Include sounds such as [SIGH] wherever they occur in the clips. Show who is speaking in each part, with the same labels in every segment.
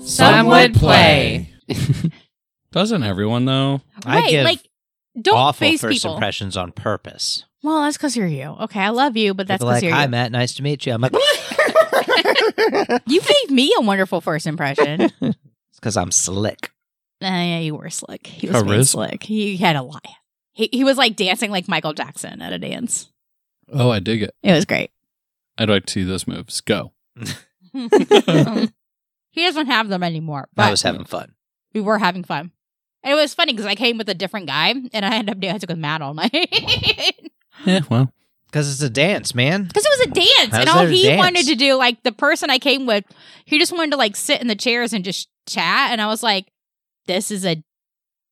Speaker 1: Some would play.
Speaker 2: [LAUGHS] Doesn't everyone though?
Speaker 1: Right,
Speaker 3: I give
Speaker 1: like, Don't
Speaker 3: awful
Speaker 1: face
Speaker 3: first
Speaker 1: people.
Speaker 3: impressions on purpose.
Speaker 1: Well, that's because you're you. Okay, I love you, but that's
Speaker 3: People
Speaker 1: because
Speaker 3: like,
Speaker 1: you're
Speaker 3: "Hi,
Speaker 1: you.
Speaker 3: Matt. [LAUGHS] Nice to meet you." I'm like,
Speaker 1: You [LAUGHS] gave me a wonderful first impression. [LAUGHS] uh,
Speaker 3: because I'm slick.
Speaker 1: yeah, you were slick. He was being
Speaker 2: Charisma.
Speaker 1: [LAUGHS] slick. He had a lie. He, he was like dancing like Michael Jackson at a dance.
Speaker 2: Oh, I dig it.
Speaker 1: It was
Speaker 3: [LAUGHS]
Speaker 1: great. [LAUGHS]
Speaker 2: I'd like to see those moves. Go.
Speaker 1: he doesn't have them anymore. But
Speaker 3: I was having fun.
Speaker 1: we were having fun. And it was funny because I came with a different guy and I ended up dancing with Matt all night. [LAUGHS] Because
Speaker 2: Yeah, well.
Speaker 3: Because it's a dance, man.
Speaker 1: it was a dance.
Speaker 3: How's
Speaker 1: and all
Speaker 3: that a
Speaker 1: he
Speaker 3: dance?
Speaker 1: wanted to do, like the person I came with, he just wanted to like sit in the chairs and just chat. And I was like, this is a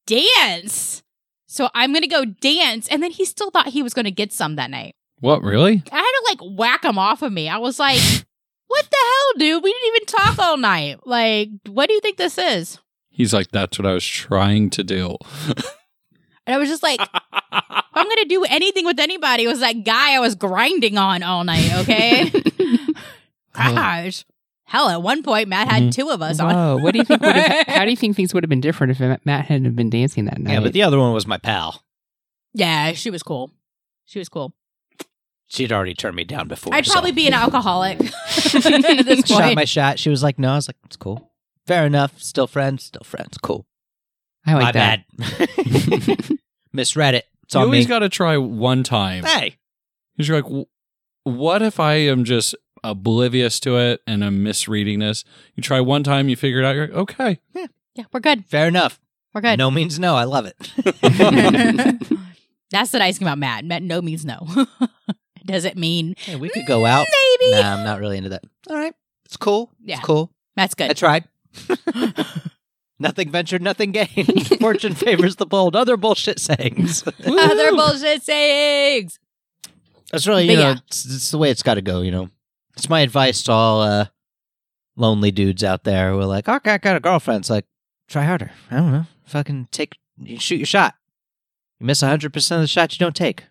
Speaker 1: dance. So I'm going to go dance. And then he still thought he was going to get some that night.
Speaker 2: What really?
Speaker 1: I had to like whack him off of me. I was
Speaker 3: [LAUGHS]
Speaker 1: like, what the hell, dude? We didn't even talk all night. Like, what do you think this is?
Speaker 2: He's like, that's what I was trying to do.
Speaker 1: And I was just like, if I'm going to do anything with anybody, it was that guy I was grinding on all night,
Speaker 3: [LAUGHS]
Speaker 1: okay? Gosh. Hell, at one point, Matt
Speaker 3: Mm-hmm.
Speaker 1: had
Speaker 2: Mhm.
Speaker 1: two of us on.
Speaker 4: Whoa, what do you think? Would have, how do you think things would have been different if Matt hadn't have been dancing that night?
Speaker 3: Yeah, but the other one was my pal.
Speaker 1: Yeah, she was cool. She was cool.
Speaker 3: She'd already turned me down before.
Speaker 1: I'd
Speaker 3: so-
Speaker 1: probably be an alcoholic [LAUGHS]
Speaker 3: [LAUGHS]
Speaker 1: at this
Speaker 3: shot
Speaker 1: point.
Speaker 3: my shot. She was like, "No." I was like, "It's cool. Fair enough. Still friends. Still friends. Cool.
Speaker 1: Oh,
Speaker 4: I like
Speaker 3: my
Speaker 4: that.
Speaker 3: bad. [LAUGHS] Misread it. It's
Speaker 2: you
Speaker 3: on me. Ah.
Speaker 2: always got to try one time.
Speaker 3: hey,
Speaker 2: Because you're like, "W- what if I am just oblivious to it and I'm misreading this? You try one time, you figure it out. You're like, okay.
Speaker 1: yeah, we're good.
Speaker 3: fair enough.
Speaker 1: We're good.
Speaker 3: No means no. I love
Speaker 1: [LAUGHS]
Speaker 3: it. [LAUGHS]
Speaker 1: That's the nice thing about Matt. Matt no means no. [LAUGHS] It Doesn't mean
Speaker 3: hey, we could go out.
Speaker 1: maybe.
Speaker 3: Nah, I'm not really into that. All right. It's cool.
Speaker 1: Yeah.
Speaker 3: It's cool.
Speaker 1: Matt's
Speaker 3: I
Speaker 1: good.
Speaker 3: [LAUGHS] tried. nothing ventured, nothing gained. [LAUGHS] Fortune favors the bold. Other bullshit [LAUGHS] sayings.
Speaker 1: Other bullshit sayings.
Speaker 3: That's really,
Speaker 1: But
Speaker 3: you know,
Speaker 1: yeah.
Speaker 3: it's, it's the way it's got to go, you know. It's my advice to all uh, lonely dudes out there who are like, okay, I got a girlfriend. It's like, try harder. I don't know. Fucking take, you shoot your shot. You miss 100% of the shots you don't take.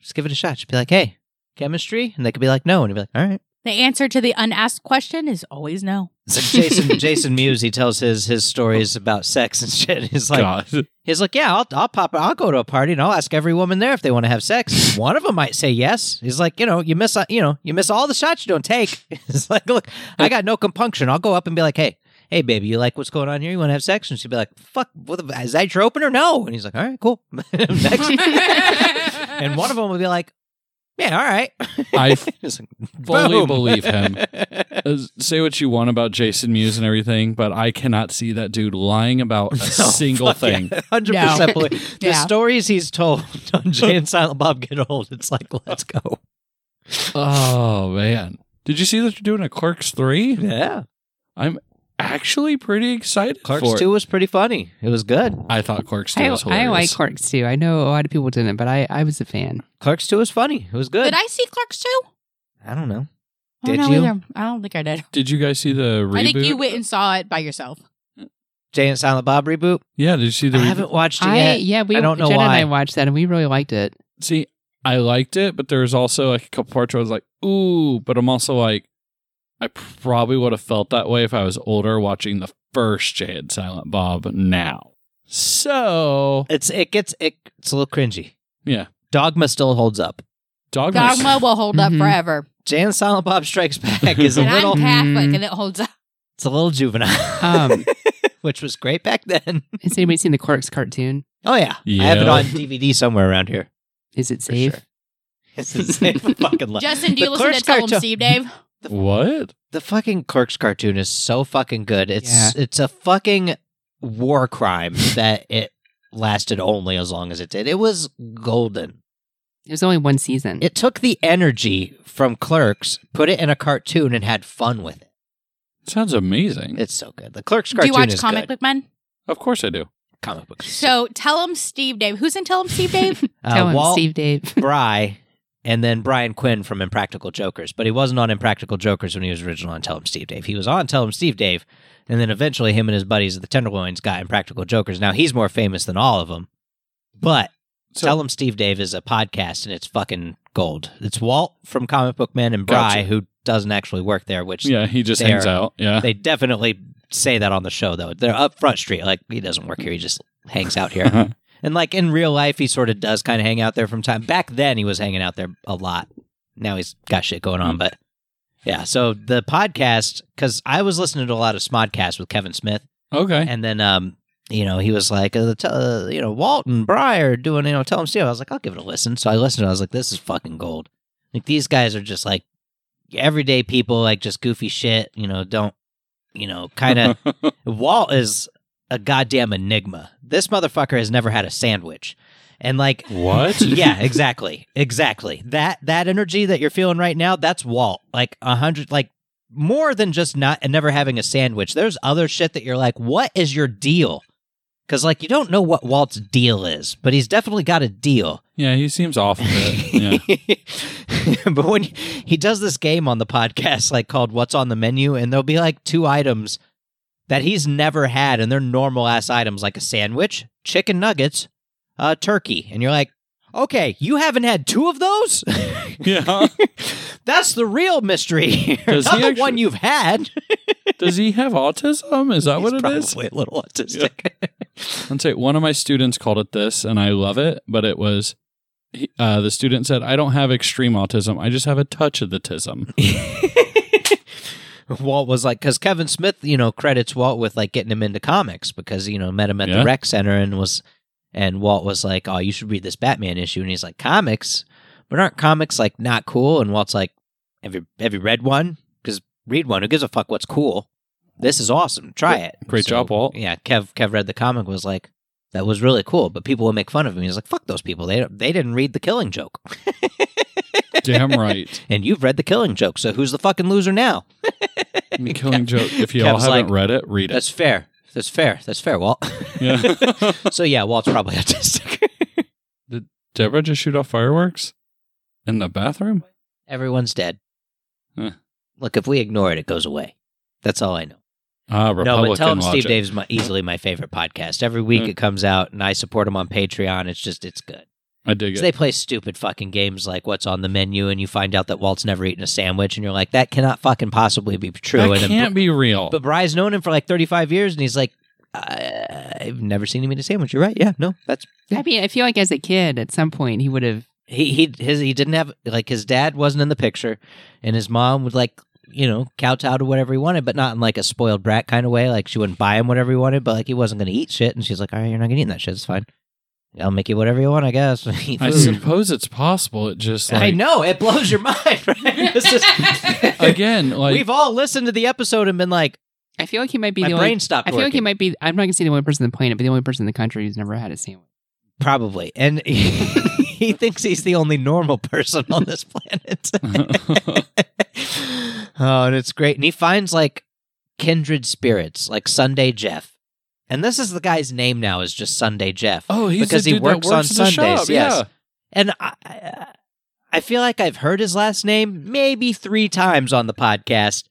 Speaker 3: Just give it a shot. Just be like, hey, chemistry? And they could be like, no. And you'd be like, all right.
Speaker 1: The answer to the unasked question is always
Speaker 3: [LAUGHS]
Speaker 1: no. [LAUGHS]
Speaker 3: It's like Jason, Jason Mewes, he tells his, his stories about sex and shit. [LAUGHS] He's like,
Speaker 2: God. [LAUGHS]
Speaker 3: He's like, yeah, I'll, I'll pop. I'll go to a party and I'll ask every woman there if they want to have sex. One of them might say yes. He's like, you know, you miss, uh, you know, you miss all the shots you don't take. [LAUGHS] It's like, look, I got no compunction. I'll go up and be like, hey, hey, baby, you like what's going on here? You want to have sex? And she'd be like, fuck, what the, is that your opener? No. And he's like, all right, cool. [LAUGHS]
Speaker 1: [LAUGHS]
Speaker 3: Next. and one of them would be like, yeah, all right. [LAUGHS]
Speaker 2: I
Speaker 3: It's like,
Speaker 2: fully
Speaker 3: boom.
Speaker 2: believe
Speaker 3: [LAUGHS]
Speaker 2: him. Uh, Say what you want about Jason Mewes and everything, but I cannot see that dude lying about a
Speaker 3: [LAUGHS] No,
Speaker 2: single
Speaker 3: fuck
Speaker 2: thing.
Speaker 3: yeah, 100%
Speaker 1: No. [LAUGHS]
Speaker 3: believe. The
Speaker 1: Yeah.
Speaker 3: stories he's told [LAUGHS] on Jay and Silent Bob Get Old, it's like, let's go.
Speaker 2: Oh man. Did you see that you're doing a Clerks 3?
Speaker 3: Yeah.
Speaker 2: I'm actually pretty excited
Speaker 3: Clerks
Speaker 2: for it.
Speaker 3: 2 was pretty funny. It was good.
Speaker 2: I thought Clerks 2
Speaker 4: I,
Speaker 2: was
Speaker 4: I
Speaker 2: hilarious.
Speaker 4: like Clerks too. I know a lot of people didn't, but I, I was a fan.
Speaker 3: Clerks 2 was funny. It was good.
Speaker 1: Did I see Clerks too?
Speaker 3: I don't know.
Speaker 1: I don't
Speaker 3: Did
Speaker 1: know
Speaker 3: you?
Speaker 1: either. Oh, I don't think I did.
Speaker 2: Did you guys see the reboot?
Speaker 1: I think you went and saw it by yourself.
Speaker 3: Jay and Silent Bob reboot.
Speaker 2: yeah, did you see the
Speaker 3: I
Speaker 2: reboot?
Speaker 3: haven't watched it
Speaker 4: I
Speaker 3: yet.
Speaker 4: yeah, we
Speaker 3: I don't know
Speaker 4: Jenna and
Speaker 3: why.
Speaker 4: I watched that and we really liked it.
Speaker 2: See, I liked it, but there was also like a couple parts where I was like, ooh, but I'm also like, I probably would have felt that way if I was older watching the first Jay and Silent Bob now. So,
Speaker 3: It's it gets it, it's a little cringy.
Speaker 2: yeah.
Speaker 3: Dogma still holds up.
Speaker 2: Dogma.
Speaker 1: Dogma will hold up
Speaker 4: Mhm.
Speaker 1: forever.
Speaker 3: Jay and Silent Bob Strikes Back is a
Speaker 1: And
Speaker 3: little
Speaker 1: I'm
Speaker 4: Mm.
Speaker 1: Catholic and it holds up.
Speaker 3: it's a little juvenile.
Speaker 4: Um,
Speaker 3: [LAUGHS] which was great back then.
Speaker 4: has anybody seen the Clerks cartoon?
Speaker 3: Oh yeah.
Speaker 2: Yeah.
Speaker 3: I have it on DVD somewhere around here.
Speaker 4: Is it
Speaker 3: For
Speaker 4: safe?
Speaker 3: sure. [LAUGHS] It's
Speaker 1: [LAUGHS]
Speaker 3: the same fucking lo-
Speaker 1: Justin, do you
Speaker 3: The
Speaker 1: listen to
Speaker 3: Clerks
Speaker 1: Tell 'em
Speaker 3: cartoon-
Speaker 1: Steve Dave?
Speaker 2: What?
Speaker 3: The fucking Clerks cartoon is so fucking good. It's it's a fucking war crime [LAUGHS] that it lasted only as long as it did. It was golden.
Speaker 4: There's only one season.
Speaker 3: It took the energy from Clerks, put it in a cartoon, and had fun with it.
Speaker 2: Sounds amazing.
Speaker 3: It's so good. The Clerks
Speaker 1: Do
Speaker 3: cartoon
Speaker 1: you watch
Speaker 3: is
Speaker 1: Comic
Speaker 3: good.
Speaker 1: Book Men?
Speaker 2: of course I do.
Speaker 3: comic books.
Speaker 1: So tell him Steve Dave. Who's in Tell him Steve [LAUGHS] Dave?
Speaker 3: uh,
Speaker 4: Tell him,
Speaker 3: Walt
Speaker 4: Steve Dave.
Speaker 3: Bry, and then Brian Quinn from Impractical Jokers, but he wasn't on Impractical Jokers when he was originally on Tell Him Steve Dave. He was on Tell Him Steve Dave, and then eventually him and his buddies at the Tenderloins got Impractical Jokers. Now he's more famous than all of them, but
Speaker 2: So-
Speaker 3: Tell Him Steve Dave is a podcast and it's fucking gold. It's Walt from Comic Book Man and Bry
Speaker 2: Gotcha.
Speaker 3: who doesn't actually work there, which
Speaker 2: Yeah, he just
Speaker 3: They
Speaker 2: hangs
Speaker 3: are-
Speaker 2: out. Yeah.
Speaker 3: they definitely say that on the show though. They're up front street. Like he doesn't work here. He just hangs out
Speaker 2: [LAUGHS]
Speaker 3: here. and like in real life, he sort of does kind of hang out there from time. Back then, he was hanging out there a lot. Now he's got shit going on, but yeah. So the podcast, because I was listening to a lot of Smodcasts with Kevin Smith.
Speaker 2: okay.
Speaker 3: And then, um, you know, he was like, uh, the t- uh, you know, Walton Breyer doing, you know, tell him Steve. I was like, I'll give it a listen. So I listened. and I was like, this is fucking gold. Like these guys are just like everyday people, like just goofy shit. You know, don't, you know, kind of. Walt is a goddamn enigma. This motherfucker has never had a sandwich, and like
Speaker 2: what?
Speaker 3: [LAUGHS]
Speaker 2: [LAUGHS]
Speaker 3: yeah, exactly, exactly. That that energy that you're feeling right now, that's Walt. Like a hundred, like more than just not and never having a sandwich. There's other shit that you're like, what is your deal? Because like you don't know what Walt's deal is, but he's definitely got a deal.
Speaker 2: Yeah, he seems off a bit. Yeah.
Speaker 3: [LAUGHS] but when he- he does this game on the podcast, like called "What's on the Menu," and there'll be like two items that he's never had, and they're normal ass items like a sandwich, chicken nuggets, uh, turkey, and you're like, okay, you haven't had two of those. [LAUGHS]
Speaker 2: yeah.
Speaker 3: That's the real mystery. [LAUGHS]
Speaker 2: Does
Speaker 3: Not
Speaker 2: he
Speaker 3: the
Speaker 2: actu-
Speaker 3: one you've had.
Speaker 2: Does he have autism? Is that
Speaker 3: He's
Speaker 2: what it
Speaker 3: probably
Speaker 2: is?
Speaker 3: a little autistic. [LAUGHS]
Speaker 2: I'll say one of my students called it this, and I love it. But it was he- uh, the student said, "I don't have extreme autism. I just have a touch of the
Speaker 3: [LAUGHS]
Speaker 2: tism."
Speaker 3: Walt was like, because Kevin Smith, you know, credits Walt with like getting him into comics because you know met him at
Speaker 2: Yeah.
Speaker 3: the rec center and was, and Walt was like, oh, you should read this Batman issue, and he's like, comics, but aren't comics like not cool? And Walt's like, have you have you read one? Because read one. Who gives a fuck what's cool? This is awesome. Try it.
Speaker 2: Great
Speaker 3: So,
Speaker 2: job, Walt.
Speaker 3: Yeah, Kev Kev read the comic was like. That was really cool, but people will make fun of him. He's like, "Fuck those people! They they didn't read the Killing Joke, [LAUGHS]
Speaker 2: Damn right.
Speaker 3: and you've read the Killing Joke, so who's the fucking loser now?" [LAUGHS]
Speaker 2: I mean, Killing joke. If you all
Speaker 3: Kev's
Speaker 2: haven't
Speaker 3: like,
Speaker 2: read it, read it.
Speaker 3: That's fair. That's fair. That's fair, Walt.
Speaker 2: [LAUGHS]
Speaker 3: [LAUGHS]
Speaker 2: Yeah.
Speaker 3: so yeah, Walt's probably [LAUGHS] autistic.
Speaker 2: Deborah just shoot off fireworks in the bathroom.
Speaker 3: Everyone's dead.
Speaker 2: Huh.
Speaker 3: Look, if we ignore it, it goes away. That's all I know.
Speaker 2: Ah, Republican
Speaker 3: no, but tell him
Speaker 2: logic.
Speaker 3: Steve Dave's my, easily my favorite podcast. Every week
Speaker 2: Mm.
Speaker 3: it comes out, and I support him on Patreon. It's just it's good.
Speaker 2: I dig
Speaker 3: 'Cause
Speaker 2: it.
Speaker 3: They play stupid fucking games like what's on the menu, and you find out that Walt's never eaten a sandwich, and you're like, that cannot fucking possibly be true.
Speaker 2: That
Speaker 3: and then-
Speaker 2: can't be real.
Speaker 3: but Bri's known him for like 35 years, and he's like, I- I've never seen him eat a sandwich. You're right. [LAUGHS] Yeah, no, that's
Speaker 4: I mean, I feel like as a kid, at some point, he would have.
Speaker 3: he he his he didn't have like his dad wasn't in the picture, and his mom would like you know kowtow to whatever he wanted, but not in like a spoiled brat kind of way. Like she wouldn't buy him whatever he wanted, but like he wasn't going to eat shit, and she's like, "All right, you're not going to eat that shit. It's fine. I'll make you whatever you want, I guess." [LAUGHS] Eat
Speaker 2: I
Speaker 3: food.
Speaker 2: suppose it's possible. It just
Speaker 3: I
Speaker 2: like
Speaker 3: know it blows your [LAUGHS] mind. Right? This [LAUGHS] is-
Speaker 2: again like
Speaker 3: [LAUGHS] We've all listened to the episode and been like,
Speaker 4: I feel like he might be
Speaker 3: "My
Speaker 4: the
Speaker 3: brain
Speaker 4: only.
Speaker 3: stopped."
Speaker 4: I feel like he
Speaker 3: working.
Speaker 4: might be. I'm not gonna say the only person on the planet, but the only person in the country who's never had a sandwich.
Speaker 3: probably, and [LAUGHS] he thinks he's the only normal person on this planet. [LAUGHS]
Speaker 2: [LAUGHS]
Speaker 3: oh, and it's great. And he finds like kindred spirits, like Sunday Jeff. And this is the guy's name now is just Sunday Jeff.
Speaker 2: oh he's
Speaker 3: Because
Speaker 2: the
Speaker 3: he
Speaker 2: dude
Speaker 3: works
Speaker 2: that
Speaker 3: on
Speaker 2: works in the
Speaker 3: Sundays,
Speaker 2: shop.
Speaker 3: yes.
Speaker 2: Yeah.
Speaker 3: And I, I I feel like I've heard his last name maybe three times on the podcast,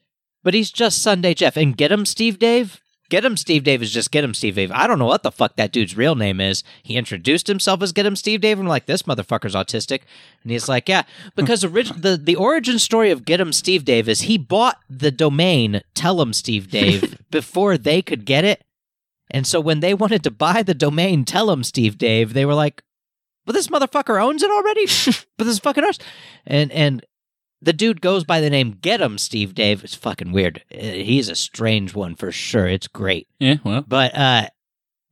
Speaker 3: but he's just Sunday Jeff. And get him, Steve Dave. Get him, Steve Dave is just get him, Steve Dave. I don't know what the fuck that dude's real name is. He introduced himself as get him, Steve Dave. And I'm like, this motherfucker's autistic. And he's like, yeah, because orig- the, the origin story of get him, Steve Dave is he bought the domain tell him, Steve Dave before they could get it. And so when they wanted to buy the domain tell him, Steve Dave, they were like, but this motherfucker owns it already. but this is fucking ours. And and the dude goes by the name Get 'em Steve Dave. It's fucking weird. Uh, He's a strange one for sure. It's great.
Speaker 2: Yeah. Well.
Speaker 3: But uh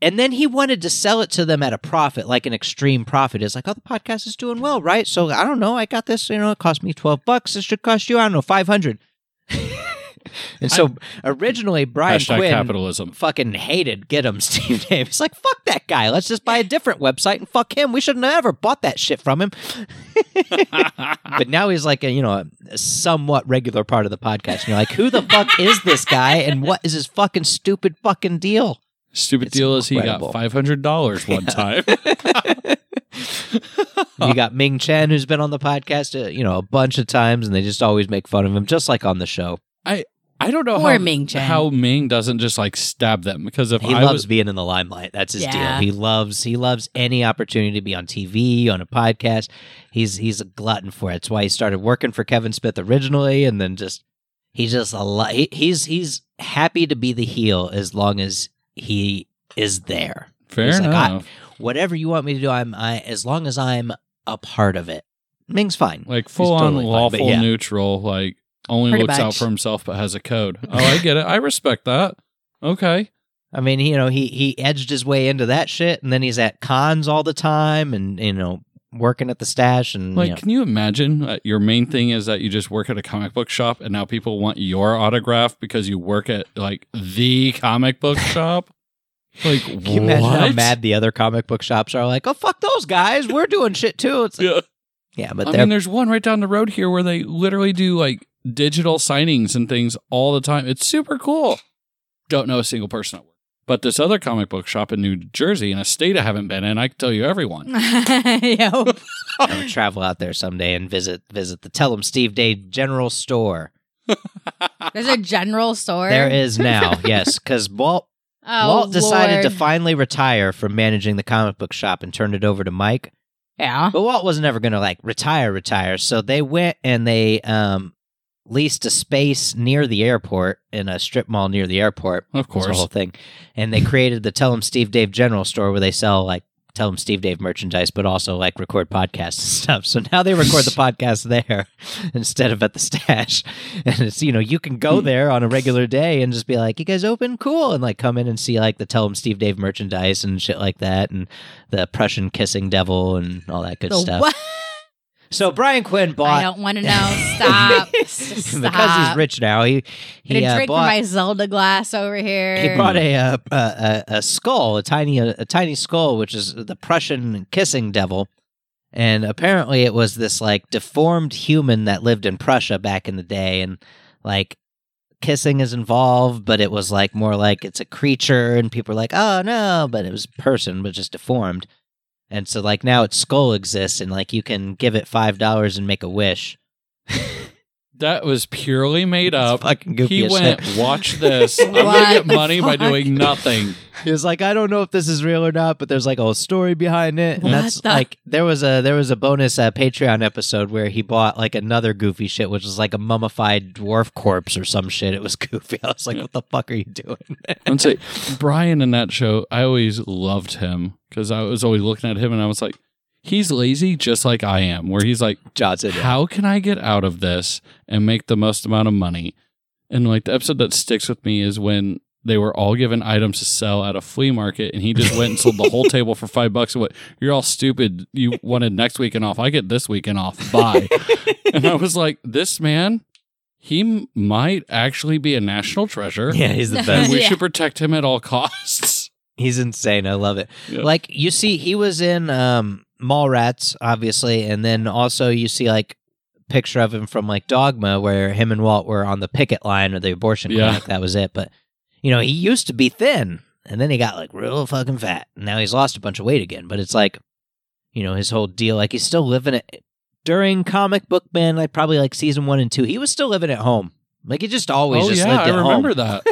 Speaker 3: and then he wanted to sell it to them at a profit, like an extreme profit. It's like, oh, the podcast is doing well, right? So I don't know. I got this. You know, it cost me twelve bucks. It should cost you, I don't know, five hundred. [LAUGHS] and so originally, Brian
Speaker 2: Hashtag
Speaker 3: Quinn
Speaker 2: capitalism.
Speaker 3: fucking hated get him [LAUGHS] Steve Dave. He's like, fuck that guy. Let's just buy a different website and fuck him. We shouldn't have ever bought that shit from him. [LAUGHS] but now he's like a you know a somewhat regular part of the podcast. And you're like, who the fuck is this guy and what is his fucking stupid fucking deal? [LAUGHS]
Speaker 2: Stupid
Speaker 3: It's
Speaker 2: deal is he got
Speaker 3: incredible.
Speaker 2: five hundred dollars
Speaker 3: [LAUGHS]
Speaker 2: one time.
Speaker 3: You got Ming Chen who's been on the podcast uh, you know a bunch of times and they just always make fun of him, just like on the show.
Speaker 2: I don't know
Speaker 1: Poor
Speaker 2: how
Speaker 1: Ming Chen.
Speaker 2: how Ming doesn't just like stab them because if
Speaker 3: He
Speaker 2: I
Speaker 3: loves
Speaker 2: was
Speaker 3: being in the limelight. That's his
Speaker 1: Yeah.
Speaker 3: deal. He loves he loves any opportunity to be on TV, on a podcast. He's he's a glutton for it. That's why he started working for Kevin Smith originally, and then just he's just a lot. He, he's he's happy to be the heel as long as he is there.
Speaker 2: Fair
Speaker 3: He's like, "Ah, I-
Speaker 2: enough.
Speaker 3: Whatever you want me to do, I'm I as long as I'm a part of it. Ming's fine.
Speaker 2: like full on
Speaker 3: totally fine,
Speaker 2: lawful
Speaker 3: but yeah.
Speaker 2: neutral, like only
Speaker 4: Pretty
Speaker 2: looks out
Speaker 4: much.
Speaker 2: for himself but has a code. Oh, I get it. I respect that. Okay.
Speaker 3: I mean, you know, he he edged his way into that shit, and then he's at cons all the time, and you know, working at the stash, and
Speaker 2: Like,
Speaker 3: you know,
Speaker 2: can you imagine uh, your main thing is that you just work at a comic book shop and now people want your autograph because you work at like the comic
Speaker 3: [LAUGHS]
Speaker 2: book shop? Like,
Speaker 3: Can you imagine
Speaker 2: what?
Speaker 3: how
Speaker 2: [LAUGHS]
Speaker 3: mad the other comic book shops are? Like, oh fuck those guys, we're doing shit too. It's like,
Speaker 2: Yeah.
Speaker 3: yeah, but
Speaker 2: I
Speaker 3: they're
Speaker 2: mean, there's one right down the road here where they literally do like digital signings and things all the time. It's super cool. Don't know a single person at work. But this other comic book shop in New Jersey, in a state I haven't been in, I can tell you everyone.
Speaker 1: I hope.
Speaker 3: I'm gonna travel out there someday and visit visit the Tell 'em Steve Day General Store.
Speaker 1: There's a general store.
Speaker 3: There
Speaker 1: [LAUGHS]
Speaker 3: is now, yes, because Walt
Speaker 1: Oh,
Speaker 3: Walt decided to
Speaker 1: Lord.
Speaker 3: finally retire from managing the comic book shop and turned it over to Mike.
Speaker 1: Yeah.
Speaker 3: But Walt was never going to like retire, retire. So they went and they um, leased a space near the airport in a strip mall near the airport.
Speaker 2: Of
Speaker 3: That's the
Speaker 2: course.
Speaker 3: whole thing. And they created the Tell 'em Steve Dave General Store where they sell like Tell 'em Steve Dave merchandise, but also like record podcasts and [LAUGHS] stuff. So now
Speaker 2: [LAUGHS]
Speaker 3: they record the podcast there [LAUGHS] instead of at the stash. [LAUGHS] And it's you know you can go there on a regular day and just be like, you guys open, cool, and like come in and see like the Tell 'em Steve Dave merchandise and shit like that, and the Prussian kissing devil and all that good
Speaker 1: The
Speaker 3: stuff.
Speaker 1: what?
Speaker 3: So Brian Quinn
Speaker 1: I
Speaker 3: bought
Speaker 1: don't [LAUGHS] want to know. [LAUGHS] Stop. Stop.
Speaker 3: [LAUGHS] because he's rich now. He
Speaker 1: Gonna
Speaker 3: he uh,
Speaker 1: drink
Speaker 3: bought
Speaker 1: from my Zelda glass over here.
Speaker 3: He brought a, uh, a a a skull, a tiny a, a tiny skull, which is the Prussian kissing devil, and apparently it was this like deformed human that lived in Prussia back in the day, and like kissing is involved, but it was like more like it's a creature, and people are like, oh no, but it was a person, but just deformed, and so like now its skull exists, and like you can give it five dollars and make a wish.
Speaker 2: That was purely made
Speaker 3: It's
Speaker 2: up.
Speaker 3: fucking goofy
Speaker 2: He
Speaker 3: as
Speaker 2: went,
Speaker 3: shit.
Speaker 2: watch this. I'm going
Speaker 1: What
Speaker 2: to get
Speaker 1: the
Speaker 2: money by
Speaker 1: fuck?
Speaker 2: doing nothing.
Speaker 3: He was like, I don't know if this is real or not, but there's like a whole story behind it. And
Speaker 1: What
Speaker 3: that's
Speaker 1: the-
Speaker 3: like there was a there was a bonus uh, Patreon episode where he bought like another goofy shit, which was like a mummified dwarf corpse or some shit. It was goofy. [LAUGHS] I was like, what the fuck are you doing?
Speaker 2: And say, Brian in that show, I always loved him because I was always looking at him and I was like, he's lazy just like I am, where he's like,
Speaker 3: Johnson.
Speaker 2: How can I get out of this and make the most amount of money? And like the episode that sticks with me is when they were all given items to sell at a flea market and he just went and sold the
Speaker 3: [LAUGHS]
Speaker 2: whole table for five bucks and went, You're all stupid. You wanted next weekend off. I get this weekend off.
Speaker 3: [LAUGHS]
Speaker 2: Bye. and I was like, This man, he m- might actually be a national treasure.
Speaker 3: Yeah,
Speaker 1: [LAUGHS]
Speaker 3: he's the
Speaker 2: And
Speaker 3: best.
Speaker 2: we
Speaker 1: Yeah.
Speaker 2: should protect him at all costs.
Speaker 3: He's insane. I love it.
Speaker 2: Yeah.
Speaker 3: Like you see, he was in um Mallrats, obviously, and then also you see like picture of him from like Dogma, where him and Walt were on the picket line or the abortion
Speaker 2: Yeah.
Speaker 3: clinic. That was it. But you know, he used to be thin, and then he got like real fucking fat. and Now he's lost a bunch of weight again. But it's like, you know, his whole deal. Like he's still living it during comic book man, like probably like season one and two. He was still living at home. Like he just [LAUGHS] always
Speaker 2: oh,
Speaker 3: just
Speaker 2: yeah.
Speaker 3: lived
Speaker 2: I
Speaker 3: at
Speaker 2: remember
Speaker 3: home.
Speaker 2: that.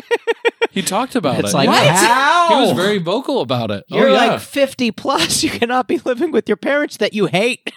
Speaker 2: He talked about
Speaker 3: It's
Speaker 2: it.
Speaker 3: like
Speaker 2: Yeah.
Speaker 3: how
Speaker 2: He was very vocal about it.
Speaker 3: you're
Speaker 2: oh, yeah.
Speaker 3: like 50 plus. [LAUGHS] You cannot be living with your parents that you hate.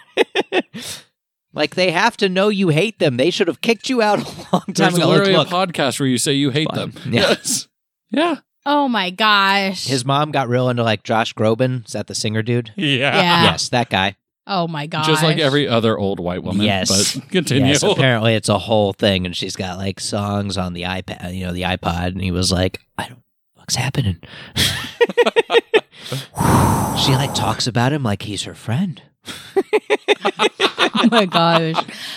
Speaker 3: [LAUGHS] like they have to know you hate them. They should have kicked you out [LAUGHS] a long time
Speaker 2: There's
Speaker 3: ago. Like,
Speaker 2: literally
Speaker 3: look,
Speaker 2: a podcast where you say you hate
Speaker 3: Fine.
Speaker 2: them.
Speaker 3: Yeah.
Speaker 2: Yes. Yeah.
Speaker 1: oh my gosh.
Speaker 3: his mom got real into like Josh Groban. Is that the singer dude?
Speaker 2: Yeah.
Speaker 1: yeah.
Speaker 3: Yes, that guy.
Speaker 1: Oh my gosh.
Speaker 2: Just like every other old white woman.
Speaker 3: Yes.
Speaker 2: But continue.
Speaker 3: Yes, apparently it's a whole thing, and she's got like songs on the iPad, you know, the iPod, and he was like, "I don't, what's happening." [LAUGHS] she like talks about him like he's her friend.
Speaker 1: [LAUGHS] Oh my gosh.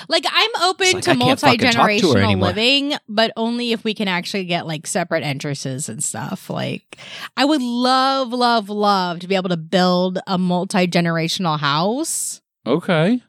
Speaker 1: Like I'm open
Speaker 3: It's
Speaker 1: to
Speaker 3: like, I can't
Speaker 1: multi
Speaker 3: fucking talk to her
Speaker 1: generational
Speaker 3: anymore.
Speaker 1: living, but only if we can actually get like separate entrances and stuff. Like I would love, love, love to be able to build a multi generational house
Speaker 2: Okay.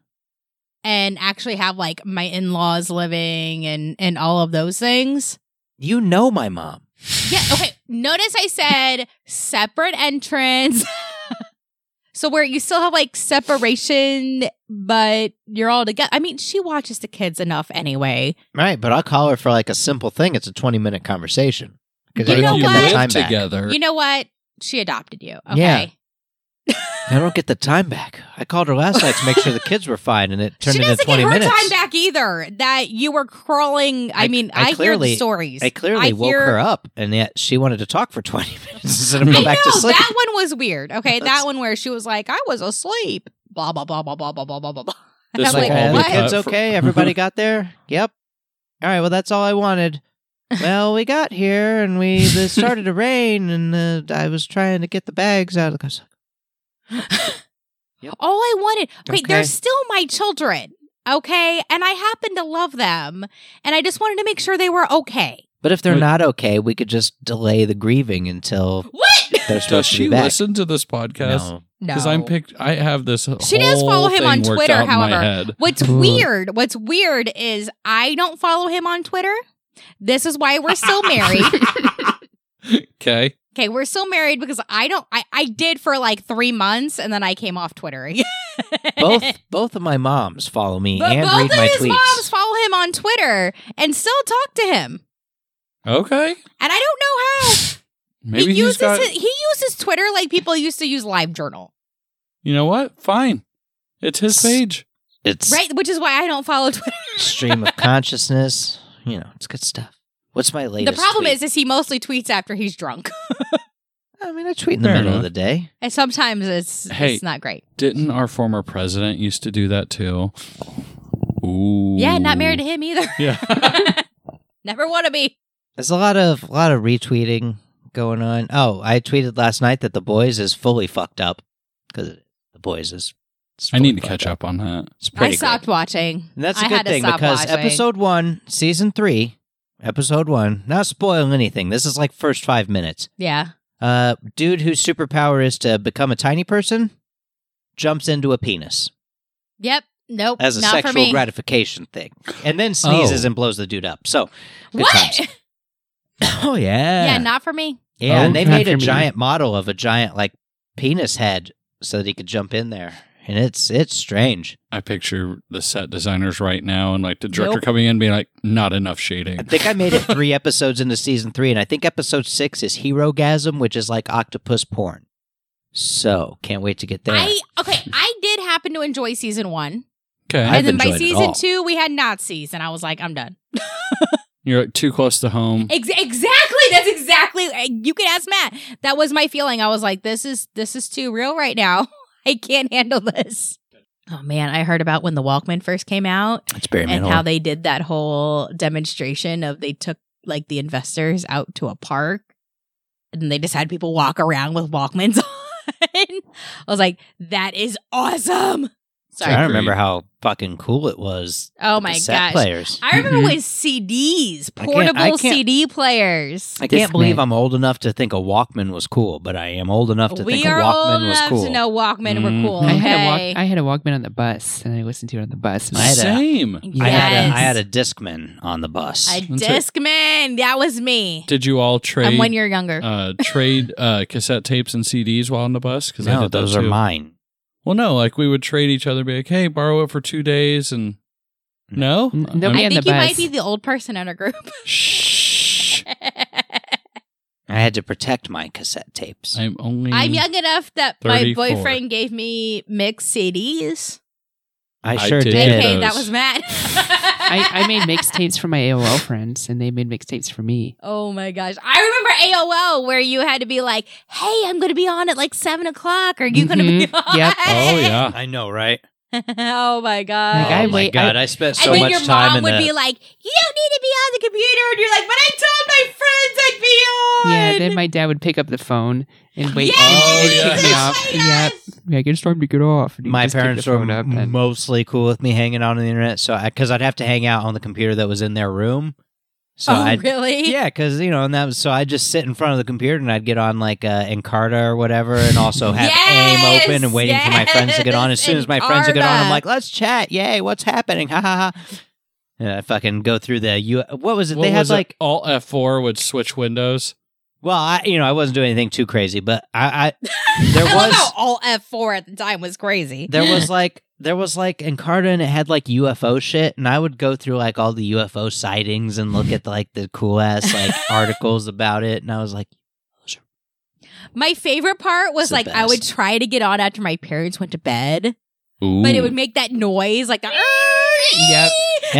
Speaker 1: and actually have like my in laws living and and all of those things.
Speaker 3: You know my mom.
Speaker 1: Yeah. Okay. Notice I said separate entrance. [LAUGHS] so where you still have like separation, but you're all together. I mean, she watches the kids enough anyway.
Speaker 3: Right, but I'll call her for like a simple thing. It's a twenty minute conversation because
Speaker 1: You
Speaker 3: I
Speaker 1: know
Speaker 3: don't
Speaker 2: you
Speaker 3: get
Speaker 1: what?
Speaker 3: that
Speaker 2: live
Speaker 3: time back.
Speaker 2: together.
Speaker 1: You know what? She adopted you. Okay.
Speaker 3: Yeah. I don't get the time back. I called her last night to make sure the kids were fine, and it turned
Speaker 1: she
Speaker 3: into
Speaker 1: doesn't get
Speaker 3: twenty
Speaker 1: her
Speaker 3: minutes.
Speaker 1: time back either. That you were crawling. I,
Speaker 3: I-
Speaker 1: mean,
Speaker 3: I
Speaker 1: I, hear
Speaker 3: clearly-
Speaker 1: the stories.
Speaker 3: I clearly
Speaker 1: I
Speaker 3: woke
Speaker 1: hear-
Speaker 3: her up, and yet she wanted to talk for twenty [LAUGHS] minutes instead of go back to
Speaker 1: No,
Speaker 3: sleep.
Speaker 1: that one was weird. Okay, that
Speaker 3: That's-
Speaker 1: one where she was like, "I was asleep." Blah blah blah blah blah blah blah blah blah. blah. And
Speaker 2: This
Speaker 1: I'm
Speaker 2: will
Speaker 1: like,
Speaker 2: all be
Speaker 1: what?
Speaker 2: cut
Speaker 3: It's
Speaker 2: for- [LAUGHS]
Speaker 3: okay. [LAUGHS] Everybody got there. Yep. All right. Well, that's all I wanted. Well, we got here and we it started to rain, and uh, I was trying to get the bags out of the house.
Speaker 1: All I wanted. Wait, they're
Speaker 3: Okay.
Speaker 1: still my children. Okay, and I happen to love them, and I just wanted to make sure they were okay.
Speaker 3: But if they're
Speaker 2: Wait.
Speaker 3: not okay, we could just delay the grieving until
Speaker 1: What?
Speaker 3: they're
Speaker 2: Does
Speaker 3: supposed to
Speaker 2: she
Speaker 3: be back.
Speaker 2: listen to this podcast?
Speaker 3: No.
Speaker 1: [LAUGHS] No,
Speaker 2: Because I'm picked. I have this.
Speaker 1: She does
Speaker 2: whole
Speaker 1: follow him
Speaker 2: thing
Speaker 1: on
Speaker 2: worked
Speaker 1: Twitter,
Speaker 2: out in my
Speaker 1: however.
Speaker 2: head.
Speaker 1: What's
Speaker 4: Ugh.
Speaker 1: weird, what's weird is I don't follow him on Twitter. This is why we're
Speaker 3: [LAUGHS]
Speaker 1: still married.
Speaker 2: Okay.
Speaker 1: okay, we're still married because I don't I, I did for like three months and then I came off Twitter again.
Speaker 3: [LAUGHS]
Speaker 1: [LAUGHS]
Speaker 3: Both both of my moms follow me
Speaker 1: But
Speaker 3: and
Speaker 1: both
Speaker 3: read
Speaker 1: of
Speaker 3: my
Speaker 1: his
Speaker 3: tweets.
Speaker 1: moms follow him on Twitter and still talk to him.
Speaker 2: Okay.
Speaker 1: And I don't know how.
Speaker 3: [LAUGHS]
Speaker 2: Maybe
Speaker 1: he
Speaker 2: he has
Speaker 1: uses
Speaker 2: got.
Speaker 1: his, he uses Twitter like people used to use LiveJournal.
Speaker 2: you know what? Fine. It's his page.
Speaker 3: It's
Speaker 1: Right? Which is why I don't follow Twitter.
Speaker 3: stream
Speaker 1: [LAUGHS]
Speaker 3: of consciousness. You know, it's good stuff. What's my
Speaker 1: The
Speaker 3: latest?
Speaker 1: problem
Speaker 3: tweet?
Speaker 1: is is he mostly tweets after he's drunk. [LAUGHS]
Speaker 3: I mean, I tweet in the
Speaker 2: Fair
Speaker 3: middle
Speaker 2: enough.
Speaker 3: of the day.
Speaker 1: And sometimes it's
Speaker 2: Hey.
Speaker 1: it's not great.
Speaker 2: Didn't our former president used to do that too? Ooh.
Speaker 1: Yeah, not married to him either. [LAUGHS]
Speaker 3: [LAUGHS]
Speaker 2: Yeah.
Speaker 1: Never wanna be.
Speaker 3: There's a lot of a lot of retweeting going on. Oh, I tweeted last night that the boys is fully fucked up because the boys is. it's
Speaker 2: I need to
Speaker 3: fully
Speaker 2: catch up
Speaker 3: fucked
Speaker 2: on that.
Speaker 3: It's pretty
Speaker 1: I stopped watching.
Speaker 3: Great. And that's a
Speaker 1: I
Speaker 3: good
Speaker 1: had to
Speaker 3: thing
Speaker 1: stop
Speaker 3: because
Speaker 1: watching.
Speaker 3: episode one, season three, episode one. Not spoil anything. This is like first five minutes.
Speaker 1: Yeah.
Speaker 3: Uh, dude whose superpower is to become a tiny person jumps into a penis
Speaker 1: Yep. Nope.
Speaker 3: as a
Speaker 1: not for
Speaker 3: sexual
Speaker 1: me.
Speaker 3: gratification thing, and then sneezes
Speaker 2: Oh.
Speaker 3: and blows the dude up. So good
Speaker 1: What?
Speaker 3: times. oh yeah,
Speaker 1: [LAUGHS] yeah, not for me.
Speaker 3: yeah. and
Speaker 4: Oh,
Speaker 3: they
Speaker 4: not
Speaker 3: made
Speaker 4: for
Speaker 3: a
Speaker 4: me.
Speaker 3: giant model of a giant like penis head so that he could jump in there, and it's it's strange.
Speaker 2: I picture the set designers right now and like the director
Speaker 3: Nope.
Speaker 2: coming in being like, not enough
Speaker 3: I
Speaker 2: shading.
Speaker 3: think I made it three episodes into season three, and I think episode six is hero gasm, which is like octopus porn. So can't wait to get there.
Speaker 1: I okay. I did happen to enjoy season one,
Speaker 2: Okay.
Speaker 3: I've
Speaker 1: and then by
Speaker 3: enjoyed it
Speaker 1: season
Speaker 3: all.
Speaker 1: two we had Nazis, and I was like, I'm done.
Speaker 2: You're like too close to home.
Speaker 1: Ex- exactly. That's exactly. eh, You can ask Matt. That was my feeling. I was like, this is this is too real right now. [LAUGHS] I can't handle this. Oh man, I heard about when the Walkman first came out.
Speaker 3: it's Barry
Speaker 1: and
Speaker 3: Manilow.
Speaker 1: how they did that whole demonstration of they took like the investors out to a park and they just had people walk around with Walkmans [LAUGHS] on. I was like, that is awesome.
Speaker 3: I
Speaker 1: Sorry.
Speaker 2: Agreed.
Speaker 3: remember how fucking cool it was.
Speaker 1: Oh
Speaker 3: with
Speaker 1: my
Speaker 3: cassette
Speaker 1: gosh.
Speaker 3: players!
Speaker 1: I remember
Speaker 4: Mhm.
Speaker 1: with CDs,
Speaker 3: Mm-hmm. I can't- I
Speaker 1: portable
Speaker 3: can't-
Speaker 1: CD players.
Speaker 3: I can't
Speaker 4: Discman.
Speaker 3: believe I'm old enough to think a Walkman was cool, but I am old enough to
Speaker 1: We
Speaker 3: think a
Speaker 1: are old
Speaker 3: Walkman was
Speaker 1: enough
Speaker 3: cool. Mm-hmm.
Speaker 1: to know Walkman
Speaker 2: Mhm.
Speaker 1: were cool. Okay?
Speaker 4: I had a walk. I had a Walkman on the bus, and I listened to it on the bus.
Speaker 3: I had a-
Speaker 2: Same.
Speaker 1: yes.
Speaker 3: I had a I had a Discman on the bus.
Speaker 1: a
Speaker 2: That's it.
Speaker 1: Discman. That was me.
Speaker 2: Did you all
Speaker 1: I'm
Speaker 2: trade
Speaker 1: one year younger.
Speaker 2: uh, trade uh, cassette tapes and CDs while on the bus? Because I
Speaker 3: no,
Speaker 2: did that
Speaker 3: those are
Speaker 2: too.
Speaker 3: mine.
Speaker 2: Well, no, like we would trade each other, be like, "Hey, borrow it for two days," and
Speaker 3: Mm.
Speaker 2: no,
Speaker 4: N-
Speaker 2: I'm-
Speaker 4: nobody-
Speaker 1: I
Speaker 4: on the
Speaker 1: think you might
Speaker 4: bus.
Speaker 1: be the old person in our group. [LAUGHS]
Speaker 2: Shh.
Speaker 3: I had to protect my cassette tapes.
Speaker 2: I'm only.
Speaker 1: I'm young enough that my
Speaker 2: 34.
Speaker 1: boyfriend gave me mixed CDs.
Speaker 3: I
Speaker 2: I
Speaker 3: sure
Speaker 2: did
Speaker 3: did.
Speaker 2: get
Speaker 1: Okay,
Speaker 2: those.
Speaker 1: that was Matt.
Speaker 4: I,
Speaker 1: [LAUGHS]
Speaker 4: I made mixtapes for my AOL friends, and they made mixtapes for me.
Speaker 1: Oh my gosh. I remember AOL where you had to be like, hey, I'm going to be on at like seven o'clock. Are you going to be on?
Speaker 4: Mm-hmm. Yep.
Speaker 2: Oh yeah.
Speaker 3: I know, right?
Speaker 1: [LAUGHS] oh my
Speaker 4: Like,
Speaker 1: gosh.
Speaker 4: I
Speaker 3: oh my
Speaker 4: wait-
Speaker 3: god, I, spent so
Speaker 1: and then
Speaker 3: much
Speaker 1: your
Speaker 3: time
Speaker 1: mom
Speaker 3: in
Speaker 1: would
Speaker 3: that.
Speaker 1: be like, you don't need to be on the computer. And you're like, but I told my friends I'd be on.
Speaker 4: Yeah, then my dad would pick up the phone and wait.
Speaker 1: Yes!
Speaker 2: Oh,
Speaker 4: and
Speaker 2: yeah.
Speaker 4: kick me off.
Speaker 1: Yes!
Speaker 4: Yeah, like, it's time to get off. And he'd
Speaker 3: my
Speaker 4: just pick the
Speaker 3: parents were
Speaker 4: phone up and-
Speaker 3: mostly cool with me hanging out on the internet, so because I'd have to hang out on the computer that was in their room. So
Speaker 1: oh,
Speaker 3: I'd
Speaker 1: really? [LAUGHS]
Speaker 3: Yeah, because you know, and that was so I just sit in front of the computer and I'd get on like uh, Encarta or whatever, and also have
Speaker 1: Yes,
Speaker 3: AIM open and waiting for my friends to get on. As
Speaker 1: yes,
Speaker 3: soon as my friends would get on,
Speaker 1: Encarta.
Speaker 3: I'm like, "Let's chat! Yay! What's happening? Ha ha ha!" And I fucking go through the you. What was it?
Speaker 2: What
Speaker 3: they had
Speaker 2: was it?
Speaker 3: like,
Speaker 2: all F4 would switch windows.
Speaker 3: well, I you know, I wasn't doing anything too crazy, but I, I there
Speaker 1: I love
Speaker 3: was
Speaker 1: how all F4 at the time was crazy.
Speaker 3: there was like there was like Encarta and it had like UFO shit, and I would go through like all the UFO sightings and look at like the cool ass like articles about it, and I was like.
Speaker 1: My favorite part was
Speaker 3: It's
Speaker 1: like
Speaker 3: the
Speaker 1: I would
Speaker 3: best.
Speaker 1: try to get on after my parents went to bed,
Speaker 2: Ooh.
Speaker 1: but it would make that noise like the.
Speaker 2: Yep.
Speaker 3: Yeah,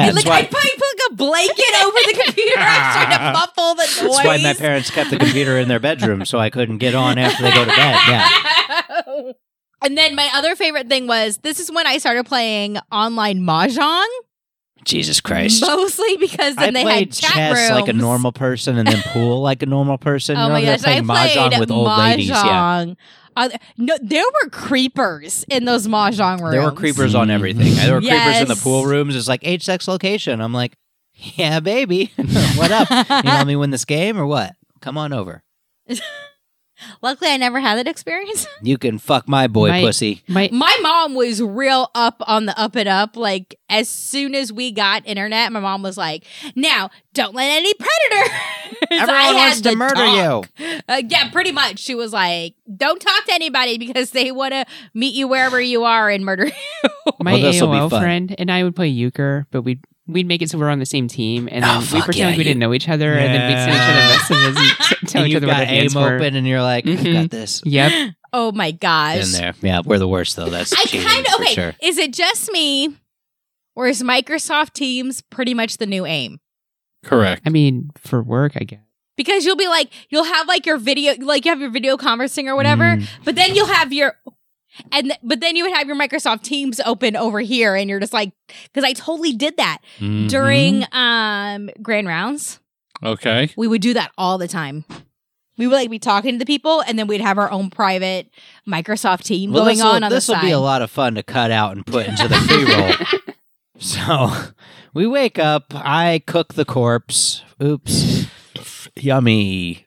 Speaker 1: and
Speaker 3: that's
Speaker 1: like
Speaker 3: why-
Speaker 1: I'd probably put like a blanket
Speaker 3: [LAUGHS]
Speaker 1: over the computer. I was trying to muffle the noise.
Speaker 3: That's why my parents kept the computer in their bedroom so I couldn't get on after they go to bed.
Speaker 1: [LAUGHS]
Speaker 3: Yeah.
Speaker 1: And then my other favorite thing was this is when I started playing online mahjong,
Speaker 3: Jesus
Speaker 1: mostly because
Speaker 3: I
Speaker 1: then they
Speaker 3: played
Speaker 1: had chat
Speaker 3: chess
Speaker 1: rooms.
Speaker 3: like a normal person and then pool like a normal person.
Speaker 1: Oh
Speaker 3: you know,
Speaker 1: my
Speaker 3: they're
Speaker 1: gosh, I
Speaker 3: playing
Speaker 1: played
Speaker 3: mahjong with old ladies. Yeah.
Speaker 1: mahjong. Uh, no, there were creepers in those mahjong rooms.
Speaker 3: There were creepers on everything. There were creepers in the
Speaker 1: Yes.
Speaker 3: pool rooms. It's like age, sex, location. I'm like, yeah, baby. [LAUGHS] what up? You know me win this game or what? Come on over.
Speaker 1: Luckily, I never had that experience. [LAUGHS]
Speaker 3: You can fuck my boy,
Speaker 4: My-
Speaker 3: pussy.
Speaker 4: My
Speaker 1: My mom was real up on the up and up. Like as soon as we got internet, my mom was like, "Now, don't let any [LAUGHS] predator."
Speaker 3: Everyone wants to murder
Speaker 1: you. Uh, yeah, pretty much. She was like, "Don't talk to anybody because they want to meet you wherever you [LAUGHS] are and murder."
Speaker 4: my
Speaker 3: Well, this'll be
Speaker 4: AOL
Speaker 3: fun.
Speaker 4: friend and I would play euchre, but we'd we'd make it so we're on the same team, and
Speaker 3: Oh,
Speaker 4: then we
Speaker 3: fuck
Speaker 4: pretend
Speaker 3: yeah,
Speaker 4: like we
Speaker 3: you-
Speaker 4: didn't know each other, and then we'd send each other
Speaker 1: [LAUGHS]
Speaker 4: messages and t- tell
Speaker 3: and
Speaker 4: each
Speaker 3: you've
Speaker 4: other what our
Speaker 3: got aim
Speaker 4: games were.
Speaker 3: open and you're like, I've
Speaker 4: Mhm.
Speaker 1: Mm-hmm.
Speaker 3: got this.
Speaker 4: Yep,
Speaker 1: oh my gosh!
Speaker 3: In there. Yeah, we're the worst, though. That's
Speaker 1: I
Speaker 3: cheating
Speaker 1: kind of
Speaker 3: for
Speaker 1: okay.
Speaker 3: sure.
Speaker 1: Is it just me, or is Microsoft Teams pretty much the new aim?
Speaker 2: Correct.
Speaker 4: I mean for work, I guess.
Speaker 1: because you'll be like you'll have like your video like you have your video conferencing or whatever
Speaker 3: Mm.
Speaker 1: but then you'll have your and th- but then you would have your microsoft teams open over here and you're just like because i totally did that
Speaker 3: Mm-hmm.
Speaker 1: during um grand rounds
Speaker 2: Mm-hmm. Okay.
Speaker 1: we would do that all the time we would like be talking to the people and then we'd have our own private microsoft team
Speaker 3: Well,
Speaker 1: going
Speaker 3: this'll-
Speaker 1: on on the
Speaker 3: This will
Speaker 1: side
Speaker 3: be a lot of fun to cut out and put
Speaker 1: [LAUGHS]
Speaker 3: into the pre roll. so [LAUGHS] we wake up. I cook the corpse. Oops. Yummy.